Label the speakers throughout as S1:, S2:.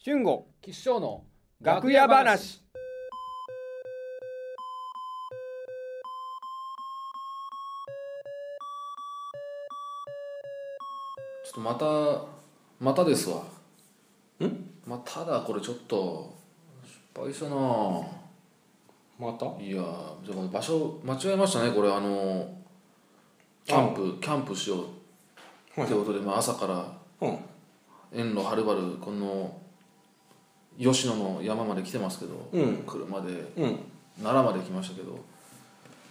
S1: 俊吾
S2: 吉祥の
S1: 楽屋話
S2: ちょっとまたまたですわんまあただこれちょっと失敗したなぁ
S1: また
S2: いやぁじゃあこの場所間違えましたねこれあのキャンプキャンプしようってことで、まあ、朝から
S1: うん
S2: 遠路はるばるこの吉野の山まで来てますけど、
S1: うん
S2: 車で
S1: うん
S2: 奈良まで来ましたけど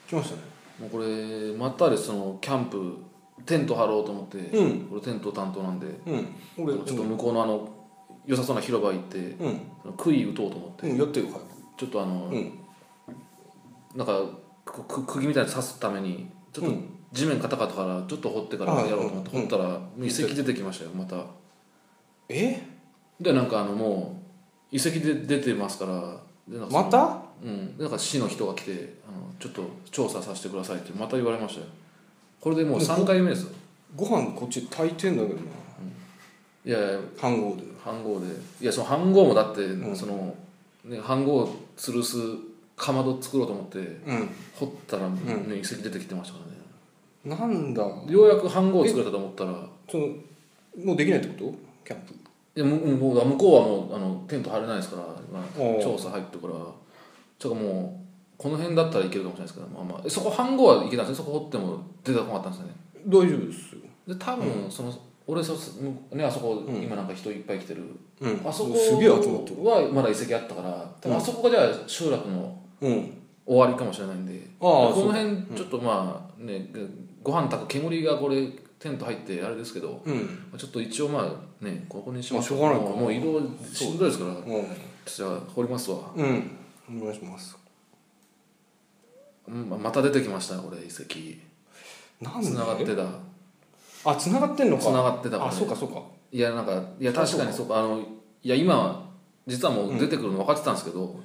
S1: 来ましたね
S2: もうこれまたでそのキャンプテント張ろうと思って、
S1: う
S2: これテント担当なんで
S1: うん
S2: ち
S1: 俺
S2: ょっと向こうのあの良さそうな広場行って
S1: うん
S2: その杭打とうと思って
S1: うんやってるか
S2: ちょっとあの、なんかくく釘みたいに刺すためにちょっと地面カタカタからちょっと掘ってから
S1: あ
S2: やろうと思って
S1: うん
S2: 掘ったらもう遺跡出てきましたよまた
S1: え
S2: でなんかあのもう遺跡で出てますからでなんかそ
S1: ま
S2: の
S1: た
S2: うん、なんか市の人が来てあの「ちょっと調査させてください」ってまた言われましたよこれでもう3回目ですよ
S1: ご飯こっち炊いてんだけどない
S2: やいや
S1: 飯盒で
S2: 飯盒でいやその飯盒もだって、
S1: うん
S2: その、ね、飯盒を吊るすかまど作ろうと思って
S1: うん
S2: 掘ったら、ね
S1: う
S2: 遺跡出てきてましたからね
S1: なんだ
S2: ようやく飯盒を作れたと思ったら
S1: そのもうできないってことキャンプ
S2: いやむもう向こうはもうあのテント張れないですから、ま
S1: お
S2: あ、
S1: う
S2: 調査入ってからちょっともうこの辺だったらいけるかもしれないですけど、まあまあ、えそこ飯盒はいけたんですねそこ掘っても出てこなかったんですよね
S1: 大丈夫ですよ
S2: で多分その、俺そむねあそこ、今なんか人いっぱい来てる、
S1: うん
S2: あそこ
S1: すげえ集まってる
S2: はまだ遺跡あったから多分あそこがじゃあ集落の
S1: うん
S2: 終わりかもしれないんで、
S1: ああ
S2: こ
S1: そう
S2: の辺ちょっとまあねご飯炊く煙がこれテント入ってあれですけど
S1: うん
S2: ちょっと一応まあねここにしましょう
S1: まあしょうがない
S2: もうもう移動しんどいですから
S1: うん
S2: じゃあ掘りますわ、
S1: うんお願いします
S2: うん、また出てきましたこれ遺跡
S1: なん
S2: つながっ
S1: で
S2: てた
S1: あ繋がってんの
S2: つ
S1: か
S2: ながってたから
S1: あそうかそうか
S2: いやなんかいや確かにそうかあのいや今実はもう出てくるの分かってたんですけど、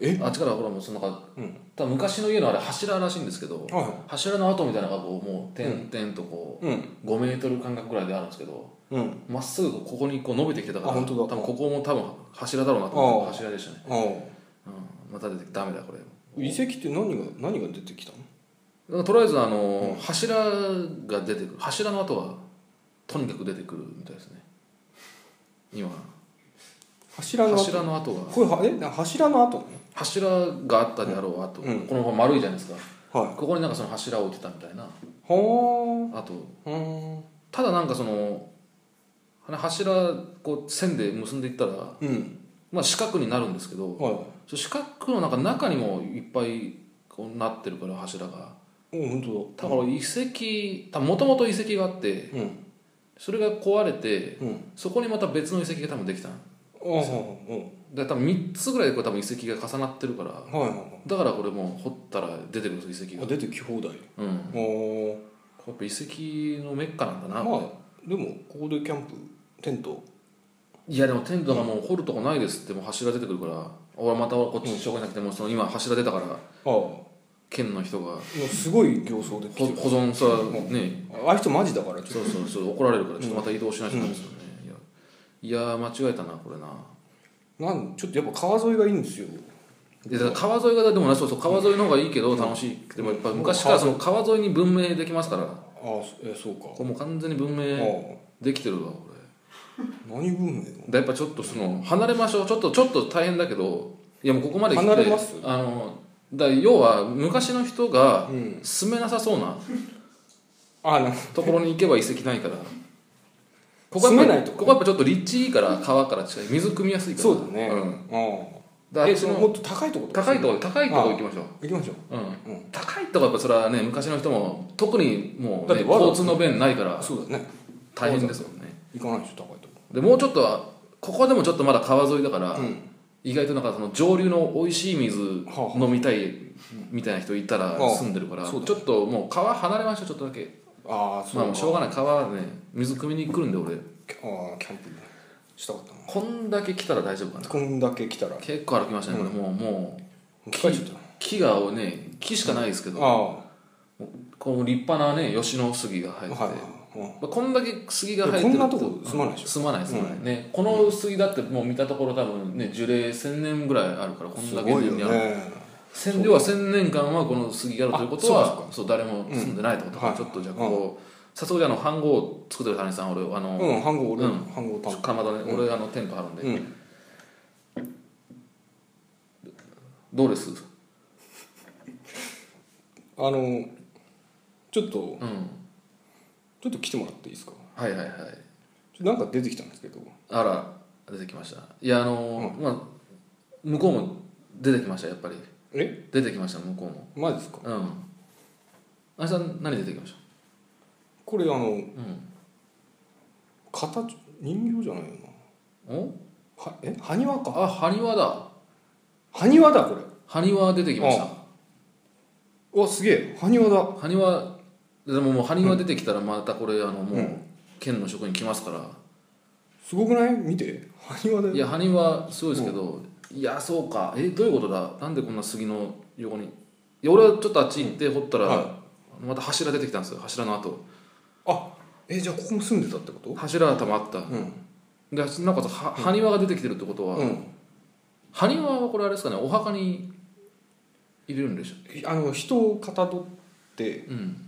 S1: え
S2: あっちからほらもうそのなんか、
S1: うん
S2: 多分昔の家のあれ柱らしいんですけど
S1: は
S2: 柱の跡みたいなのがこうもう点々とこ
S1: うん
S2: う、5メートル間隔ぐらいであるんですけど
S1: うん
S2: まっすぐここにこう伸びてきてたから
S1: あ本当だ
S2: 多分ここも多分柱だろうなと思って
S1: ああ
S2: 柱でしたね、
S1: ああ
S2: うん、また出てダメだこれ
S1: 遺跡って何が何が出てきたの
S2: だからとりあえずあの、柱が出てくる柱の跡はとにかく出てくるみたいですね今
S1: 柱の
S2: 柱の跡が
S1: これはえな柱の跡
S2: 柱があったであろう跡、
S1: うん
S2: このまま丸いじゃないですか
S1: は
S2: ここになんかその柱を置いてたみたいない
S1: ほ
S2: あと
S1: ーうん
S2: ただなんかそのあの柱こう線で結んでいったら、
S1: うん
S2: まあ、四角になるんですけど
S1: はい
S2: その四角のなんか中にもいっぱいこうなってるから柱が
S1: お本当
S2: だから遺跡もともと遺跡があって
S1: だうん
S2: それが壊れて
S1: うん
S2: そこにまた別の遺跡が多分できたの
S1: ああうん
S2: で多分3つぐらいこれ多分遺跡が重なってるから
S1: はいは
S2: だからこれもう掘ったら出てくるんです遺
S1: いは
S2: 跡
S1: いあ
S2: が
S1: 出てき放題
S2: うん
S1: あー
S2: やっぱ遺跡のメッカなんだな、
S1: まあでもここでキャンプテント
S2: いやでもテントがもう掘るとこないですってもう柱出てくるから俺またこっちしょうがなくてもうその今柱出たから
S1: ああも
S2: 県の人が
S1: うすごい形相で来
S2: ほ
S1: てる
S2: 保存さね
S1: ああいう人マジだからちょっ
S2: そうそうそう怒られるからちょっとまた移動しないとダメですよね、いやいやー間違えたなこれな
S1: となんちょっとやっぱ川沿いがいいんですよ
S2: でだから川沿いがでもねそうそう川沿いの方がいいけど楽しいでもやっぱ昔からその川沿いに文明できますから
S1: ああそえそうか
S2: これもう完全に文明
S1: あ
S2: できてるわこ
S1: あ何文明
S2: れでやっぱちょっとその離れましょうちょっとちょっと大変だけどいやもうここまで来て
S1: 離れます
S2: あのだから要は昔の人が
S1: うん
S2: 住めなさそうな
S1: あな
S2: ところに行けば遺跡ないからこ
S1: 住めない
S2: ここはやっぱちょっと立地いいから川から近い水汲みやすいから
S1: そうだね
S2: うん、
S1: ああ
S2: だ
S1: え
S2: そ
S1: その
S2: の
S1: もっと高いとことか
S2: 高いとこ高いとこ行きましょう
S1: 行きましょ
S2: うん高いとこやっぱそれはね昔の人も特にもう、
S1: だっ
S2: ね、
S1: てわざ
S2: 交通の便ないか
S1: う
S2: ら
S1: そうだね
S2: 大変ですもんね
S1: 行かないでしょ高いとこ
S2: でもうちょっとはここでもちょっとまだ川沿いだから、
S1: うん
S2: 意外となんかその上流の美味しい水
S1: は
S2: 飲みたいみたいな人いたら
S1: はあ
S2: 住んでるから、
S1: そう
S2: ちょっともう川離れましょうちょっとだけ
S1: ああそう
S2: まあしょうがない川はね水汲みに来るんで俺
S1: ああキャンプしたかったな
S2: こんだけ来たら大丈夫かな
S1: こんだけ来たら
S2: 結構歩きましたね、これもうも
S1: 機械ちゃった
S2: う木がね木しかないですけど、
S1: あ
S2: この立派なね吉野杉が生えてて、
S1: はいはい
S2: まあ、こんだけ杉が生えて
S1: こ
S2: る
S1: んなとこ住まないでしょ
S2: 住まない住まない、ねこの杉だってもう見たところ多分ね樹齢1000年ぐらいあるからこん
S1: す
S2: だけ
S1: ごいよ
S2: 年にある
S1: ね
S2: 千両は1000年間はこの杉があるということ
S1: あそう
S2: は
S1: か
S2: そう誰も住んでないってことか、
S1: うんはい
S2: ちょっとじゃあこう早速じゃあの飯号を作ってる谷さん俺あの、
S1: うん半号俺
S2: うん
S1: 半号
S2: ちょ
S1: 担
S2: っとかまどね、俺あのテント張るん
S1: 当
S2: で、
S1: うん
S2: どうです
S1: あのちょっと
S2: うん
S1: ちょっと来てもらっていいですか
S2: はいはいはい
S1: ちょなんか出てきたんですけど
S2: あら出てきましたいやあの、まあ向こうも出てきましたやっぱり
S1: え
S2: 出てきました向こうも
S1: マジですか
S2: うんあさん何出てきまし
S1: これあの形人形じゃないよな
S2: たお
S1: はえ埴輪か
S2: あ埴輪だ
S1: 埴輪だこ
S2: 埴輪出てきました
S1: れうわすげえ埴輪だ
S2: 埴輪でももう埴輪出てきたらまたこれあのもう県の職員来ますから
S1: すごくない見て埴輪だよ
S2: いや埴輪そうですけどいやそうかえどういうことだなんでこんな杉の横にいや俺はちょっとあっち行って掘った
S1: は
S2: らまた柱出てきたんですよ柱の後
S1: えじゃあここも住んでたってこと
S2: 柱がたまあった
S1: うん
S2: でなおかつは埴輪が出てきてるってことは
S1: うん
S2: 埴輪はこれあれですかねお墓に入れるんでしょ
S1: あの人をかたどって
S2: うん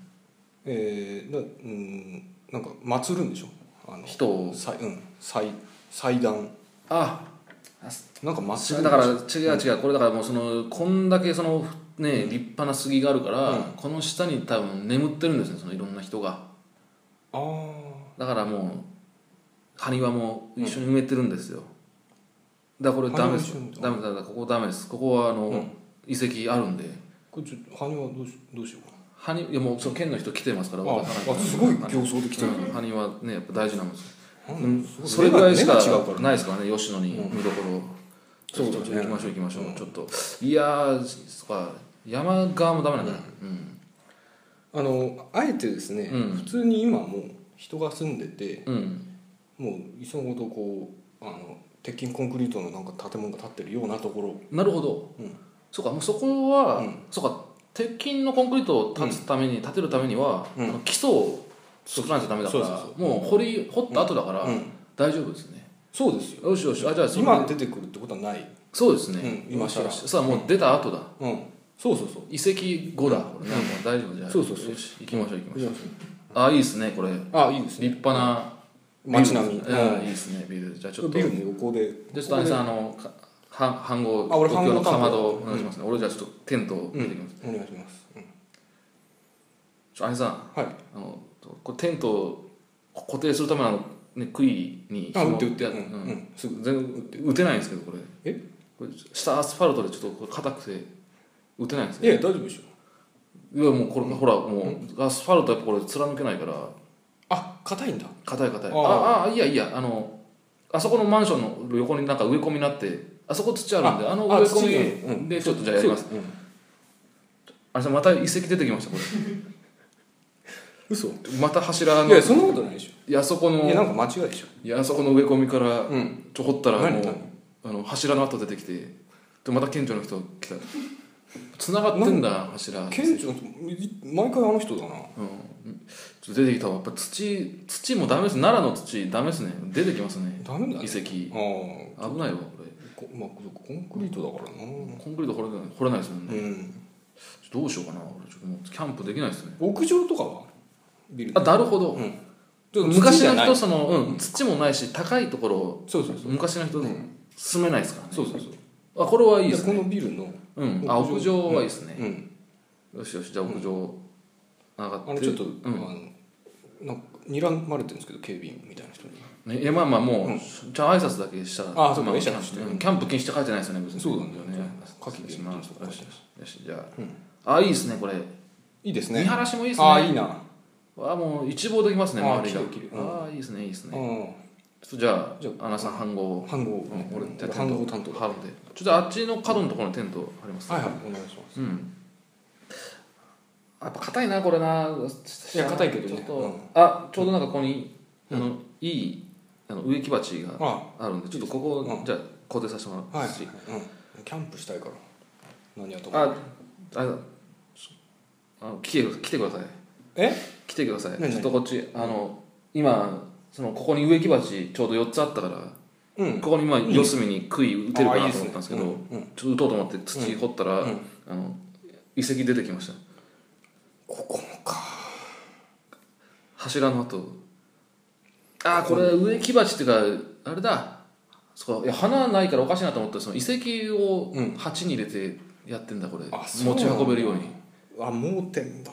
S1: えー、なうんなんか祀るんでしょあの
S2: 人を
S1: 祭うん祭祭壇
S2: あ
S1: なんか祀る
S2: だから違う違うこれだからもうそのこんだけそのね立派な杉があるから、
S1: うん
S2: この下に多分眠ってるんですねそのいろんな人が
S1: あー
S2: だからもう埴輪も一緒に埋めてるんですよ、だからこれダメです
S1: 埴輪一緒
S2: ダメだだここダメですここはあの、遺跡あるんで
S1: これちょっと埴輪どうしどうしようか
S2: 埴いやもうその県の人来てますから
S1: あ
S2: 渡さないと
S1: あすごい競争できてる
S2: うん埴輪ねやっぱ大事なんですよ
S1: なん
S2: うん
S1: すご
S2: それぐらいしか
S1: 目が違うから
S2: ないですからね吉野に見どころ、
S1: そうだね
S2: ちょっと行きましょう行きましょう、ちょっといやーそっか山側もダメなんだなうん
S1: あのあえてですね、
S2: うん
S1: 普通に今もう人が住んでて
S2: うん
S1: もういっそのことこうあの鉄筋コンクリートのなんか建物が建ってるようなところ
S2: なるほど、
S1: うん
S2: そうかもうそこは、
S1: うん
S2: そうか鉄筋のコンクリートを建つために、建てるためには、
S1: うん
S2: あの基礎を作らないとダメだから
S1: そうそうそう
S2: もう掘り掘った後だから、
S1: うん
S2: 大丈夫ですね
S1: そうですよ
S2: よしよしあじゃあその
S1: 今出てくるってことはない、
S2: そうですね、
S1: うん今更
S2: よしよしさあもう出た後だ、
S1: うん、そうそうそう
S2: 遺跡後だこれね、もう大丈夫じゃあ
S1: そうそうそう
S2: よし行きましょう行きましょう
S1: いやそう
S2: あいいですねこれ
S1: あいいです
S2: 立
S1: ね
S2: 派な
S1: 街並み
S2: ビルですねうんいいですねビルじゃあちょっと
S1: ビ
S2: じゃ
S1: ルの横で
S2: あちょっと谷さんあのかは飯号
S1: あ俺
S2: 東京の
S1: 飯盒
S2: かまどお願いしますね俺じゃあちょっとテントを見てきます
S1: お願いします
S2: ちょ谷さん
S1: はい
S2: あのこれテントを固定するためのあのね杭に
S1: あ打って打
S2: 紐
S1: って
S2: や
S1: うんうんすぐ
S2: 全然打てないんですけどこれ
S1: え
S2: これ下アスファルトでちょっとこれ硬くて打てないんです
S1: いや大丈夫でしょ
S2: いやもうこれほらもうアスファルトやっぱこれ貫けないから
S1: あ硬いんだ
S2: 硬い硬い
S1: あ
S2: ああいやいやあのあそこのマンションの横になんか植え込みになってあそこ土あるんであの植え込みでちょっとじゃあやります
S1: そうですうん
S2: あれさまた遺跡出てきましたこ
S1: 嘘
S2: れまた柱
S1: い
S2: の
S1: や
S2: い
S1: そんなことないでし
S2: やあそこ
S1: ょいや
S2: の
S1: なんか間違いでしょ
S2: いやあそこの植え込みから
S1: うん
S2: ちょこったらも
S1: 何
S2: うあの柱の跡出てきてでまた県庁の人来た繋がってんだ柱うんちょ
S1: 県庁毎回あの人だな
S2: っと出てきたわやっぱ土土もダメです奈良の土ダメですね出てきますね
S1: ダメだ
S2: 遺
S1: ね
S2: 跡危
S1: ああ
S2: ないわこれ
S1: こまあこコンクリートだからな
S2: コンクリート掘れない掘れないですもんね
S1: うん
S2: どうしようかな俺ちょっともうキャンプできないですね
S1: 屋上とかはビル
S2: あなるほど、
S1: うん
S2: ちょっと昔の人その、うん、土もないし高いところ
S1: そうそう
S2: 昔の人住めないですからね
S1: そうそうそう
S2: あこれはいいです
S1: こ
S2: ね
S1: のビルの
S2: うんあ屋
S1: 屋上
S2: 上はいいですね、
S1: うん
S2: よしよしじゃあ屋上上が
S1: あ
S2: っ
S1: の
S2: て
S1: ちょっと
S2: うん
S1: あのなんか睨まれてるんですけど警備員みたいな人に
S2: ね、いやまあまあもう、じゃあ挨拶だけしたら
S1: あそうか
S2: ま
S1: 会釈して
S2: うんキャンプ禁止って書いてないですよね別に
S1: そうなん
S2: だよ
S1: 夏季
S2: し
S1: 限定
S2: まあ
S1: とか書
S2: よ
S1: い
S2: してよしじゃあ、あいいですねこれ
S1: いいです
S2: 見
S1: ね
S2: 晴らしもいいですね
S1: ああいいな
S2: あもう一望できますね
S1: あー
S2: 周りが
S1: 綺麗綺麗
S2: ああいいですねいいですね
S1: う
S2: ちょっとじゃ
S1: じゃ
S2: あアナさん飯号
S1: ん飯号
S2: うん俺じゃあ
S1: 飯号担当
S2: 張るんでちょっとあっちの角のところにテント張ります
S1: はいはいお願いしま
S2: うんあやっぱ硬いなこれない
S1: や硬いけどね
S2: ちょっと、
S1: うん
S2: あちょうどなんかここに、あのいいあの植木鉢が
S1: すあ
S2: あるんでちょっとここ、
S1: う
S2: じゃあ固定させてもら
S1: は
S2: う
S1: い
S2: し、
S1: うんキャンプしたいから何やと思う
S2: あああの来てください来てください
S1: え
S2: 来てください
S1: 何
S2: ちょっとこっちあの今そのここに植木鉢ちょうど4つあったから、
S1: うん
S2: ここに今四隅に杭打てるかなと思ったんですけど
S1: あいいですねうん
S2: ちょっと打とうと思って土掘ったら、
S1: うん
S2: あの遺跡出てきました
S1: ここもか
S2: 柱の跡ああこれ植木鉢っていうかあれだそうかいや花ないからおかしいなと思ったらその遺跡を鉢に入れてやってんだこれ、
S1: あそう
S2: 持ち運べるように
S1: あ盲点だ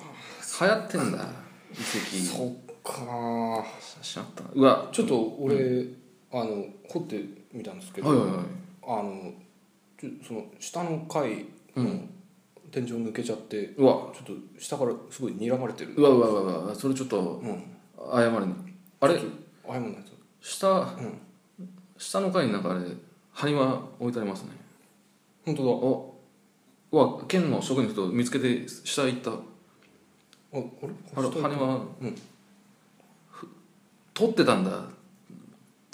S2: 流行ってんだ遺跡
S1: そっか
S2: しまったうわ
S1: ちょっと俺、あの掘ってみたんですけど、
S2: はいはいはい
S1: あのちょその下の階の天井抜けちゃって、
S2: うわ
S1: ちょっと下からすごい睨まれてる
S2: うわうわうわうわそれちょっと
S1: うん
S2: 謝れないあれ
S1: あやもないと
S2: 下、下の階になんかあれ埴輪置いてありますね
S1: 本当だ
S2: おうわ県の職員の人見つけて下行った
S1: あこれ
S2: あれ
S1: 下
S2: 羽は、ふ取ってたんだ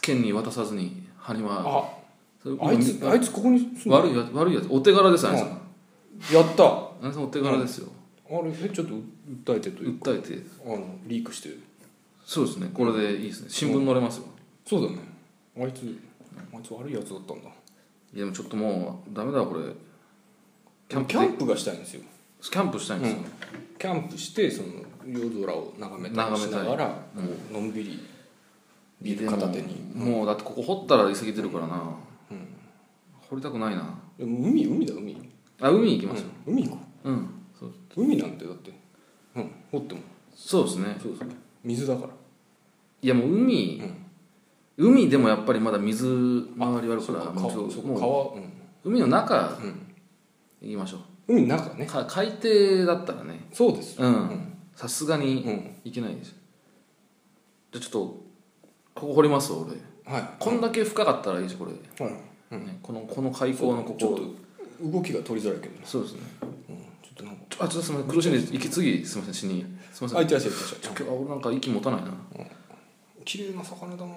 S2: 県に渡さずに羽は
S1: あ
S2: それ
S1: あいつあいつここに住んでる
S2: 悪いやつ悪いやつお手柄ですあいつさ
S1: やったあ
S2: んあいつさんお手柄ですよ、
S1: れえちょっと訴えてという
S2: 訴えて
S1: あのリークして
S2: そうですねこれでいいですね新聞載れますよ、
S1: そうだねあいつあいつ悪いやつだったんだ
S2: いやでもちょっともうダメだこれキ
S1: キ
S2: ャ
S1: ャ
S2: ン
S1: ンキャ
S2: プ
S1: ンプがしたいんですよ
S2: キャンプしたいんですよ、
S1: キャンプしてその夜空を眺めたりしながらこうのんびりビール片手に
S2: でももうだってここ掘ったら遺跡出るからな、掘りたくないな
S1: でも海海だ海
S2: あ海行きますよ
S1: うん海行こ
S2: うん、
S1: う海なんてだってうん掘っても
S2: そうですね
S1: そうそう水だから
S2: いやもう海、海でもやっぱりまだ水周りあるから
S1: そう
S2: もうちょ
S1: そう
S2: もう
S1: 川うん
S2: 海の中、行きましょ
S1: 海の中
S2: う、
S1: ね
S2: か海底だったらね
S1: そうです
S2: う
S1: うんん
S2: さすがに
S1: うん
S2: 行けないです、じゃあちょっとここ掘ります俺
S1: はい
S2: こんだけ深かったらいいしこれ、
S1: はい
S2: ね、このこの海溝のこ
S1: ちょっと
S2: こ
S1: 動きが取りづらいけど
S2: そうですね
S1: ちょっとなんか
S2: あちょっとすみません苦しんで息継ぎすみません死にすみません
S1: あいってらっしゃいいってらっしゃい
S2: ちょ今日は俺なんか息持たないな
S1: 綺麗な魚だな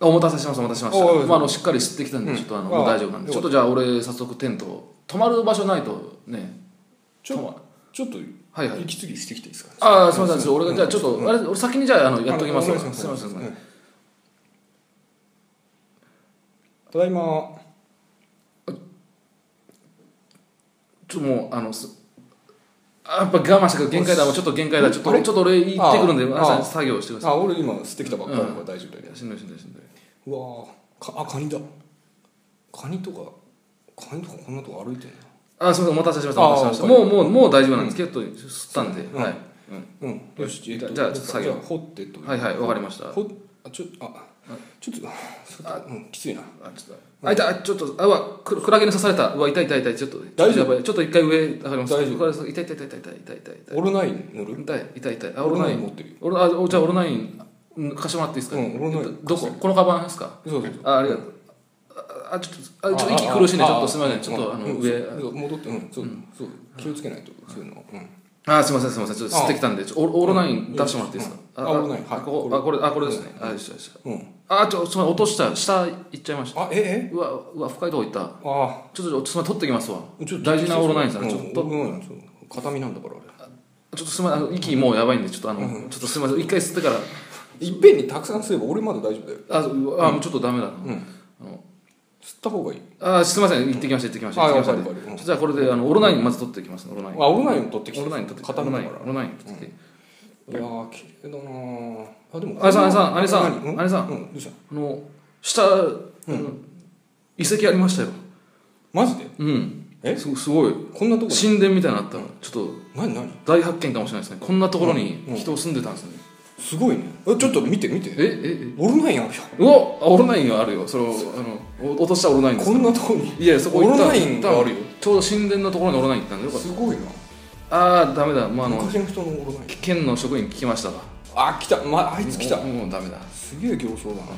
S2: あお待たせしましたお待たせしまし
S1: おいおいお
S2: た、
S1: い
S2: まあ、あのしっかり吸ってきたんで、
S1: うん
S2: ちょっとあの
S1: ああ
S2: もう大丈夫なん
S1: よ
S2: でち
S1: か
S2: ょっとじゃあ俺早速テント泊まる場所ないとね
S1: ちょ
S2: 泊ま
S1: ちょっと
S2: はいはい
S1: 息継ぎしてきていいですか
S2: ああすみませんちょっと俺が
S1: うん
S2: じゃあちょっと、あれ俺先にじゃああのやっときますわ
S1: あお
S2: す
S1: 願い
S2: みま
S1: し
S2: せんすみません
S1: うんただいま
S2: ちょっともうあのすあやっぱ我慢したけど限界だもうちょっと限界だちょっと
S1: あれ
S2: ちょっと俺行ってくるんで
S1: ああ
S2: 皆さん作業してくださ
S1: あ俺今吸ってきたばっかりだから大丈夫だ
S2: い
S1: よ
S2: いやしんどいしんどいしんどいう
S1: わーかあカニだカニとかカニとかこんなとこ歩いてんだ
S2: あすみませんお待たせしましたお待たせしま
S1: あ
S2: したもうもうもう大丈夫なんですけど、吸ったんで、
S1: うん
S2: はい、
S1: うんよし
S2: じゃ
S1: えっと
S2: じゃあちょっと作業
S1: じゃあ掘ってと
S2: はいはいわかりました
S1: ほあちょあちょっとちょっとうんきついな
S2: あちょっとあ痛いあちょっとあうわククラゲに刺されたうわ痛い痛い痛いちょっと
S1: 大丈夫
S2: 夫ちょっと一回上上がります
S1: 大丈
S2: 夫痛い痛い痛い痛い痛い痛い痛い
S1: オロナイン塗る
S2: 痛い痛い痛いあ
S1: オ
S2: オ
S1: ロ
S2: ロ
S1: ナ
S2: ナ
S1: イ
S2: イ
S1: ン
S2: ン
S1: 持ってるよ
S2: オロあおじゃあオロナインうん貸してもらっていいですか、
S1: うんオロナイン
S2: どここのカバンですか
S1: そうそう
S2: あありがとうああちょっとあちょっと息苦しいんでちょっとすみませんちょっとあの上
S1: 上戻ってうんそうそう気をつけないとそういうのうん
S2: あすみませんすみませんちょっと吸ってきたんでちょオロオロナイン出してもらっていいですか
S1: うんあオロナインはい
S2: あここあこれあこれですねあよしよし
S1: うん
S2: あちょすみません落とした下行っちゃいまし
S1: あええ
S2: たうわうわ深いとこ行った
S1: あ
S2: ちょっとすみません取ってきますわ
S1: あちょっと
S2: 大事なオロナインさん
S1: う
S2: ちょっと
S1: オロナインそう片身なんだからあれ
S2: ちょっとすみませんあの息もうやばいんでちょっとあの、ちょっとすみません一回吸ってから
S1: いっぺんにたくさん吸えば俺まだ大丈夫だよ
S2: あうわあもうちょっとダメだな、
S1: 吸った方がいい
S2: あすみません行ってきました行ってきました行ってきまし
S1: あわか
S2: た
S1: るわかるうん
S2: じゃあこれであのオロナインまず取ってきますねオロナイン
S1: あオロナインを取ってきて
S2: オロナイン取ってきて
S1: 片身だから
S2: オロナイン取ってきて
S1: いやー綺麗だなーあでも
S2: あれさんあれさんあれさん
S1: 何うん
S2: あれさん
S1: うんどうした
S2: あの下、うん、遺跡ありましたよ
S1: マジで
S2: うん
S1: え
S2: すすごい
S1: こんなとこ
S2: 神殿みたいなのあったらちょっ
S1: 何何
S2: と大発見かもしれないですねこんなところに人住んでたんですね、
S1: すごいねえちょっと見て見て
S2: ええ
S1: オロナインあるよ
S2: えうわあオロナインがあるよそれをあのお落としたオロナインです
S1: こんなとこに
S2: いやそこ行った
S1: オロナインがあるよ
S2: 行ったちょうど神殿のところにオロナイン行ったんでよかっ
S1: すごいな
S2: たああダメだまああの
S1: 昔の人のオロナイン
S2: 県の職員聞きましたわ
S1: あ来たまあいつ来た
S2: もうもうダメだ
S1: すげえ形相だな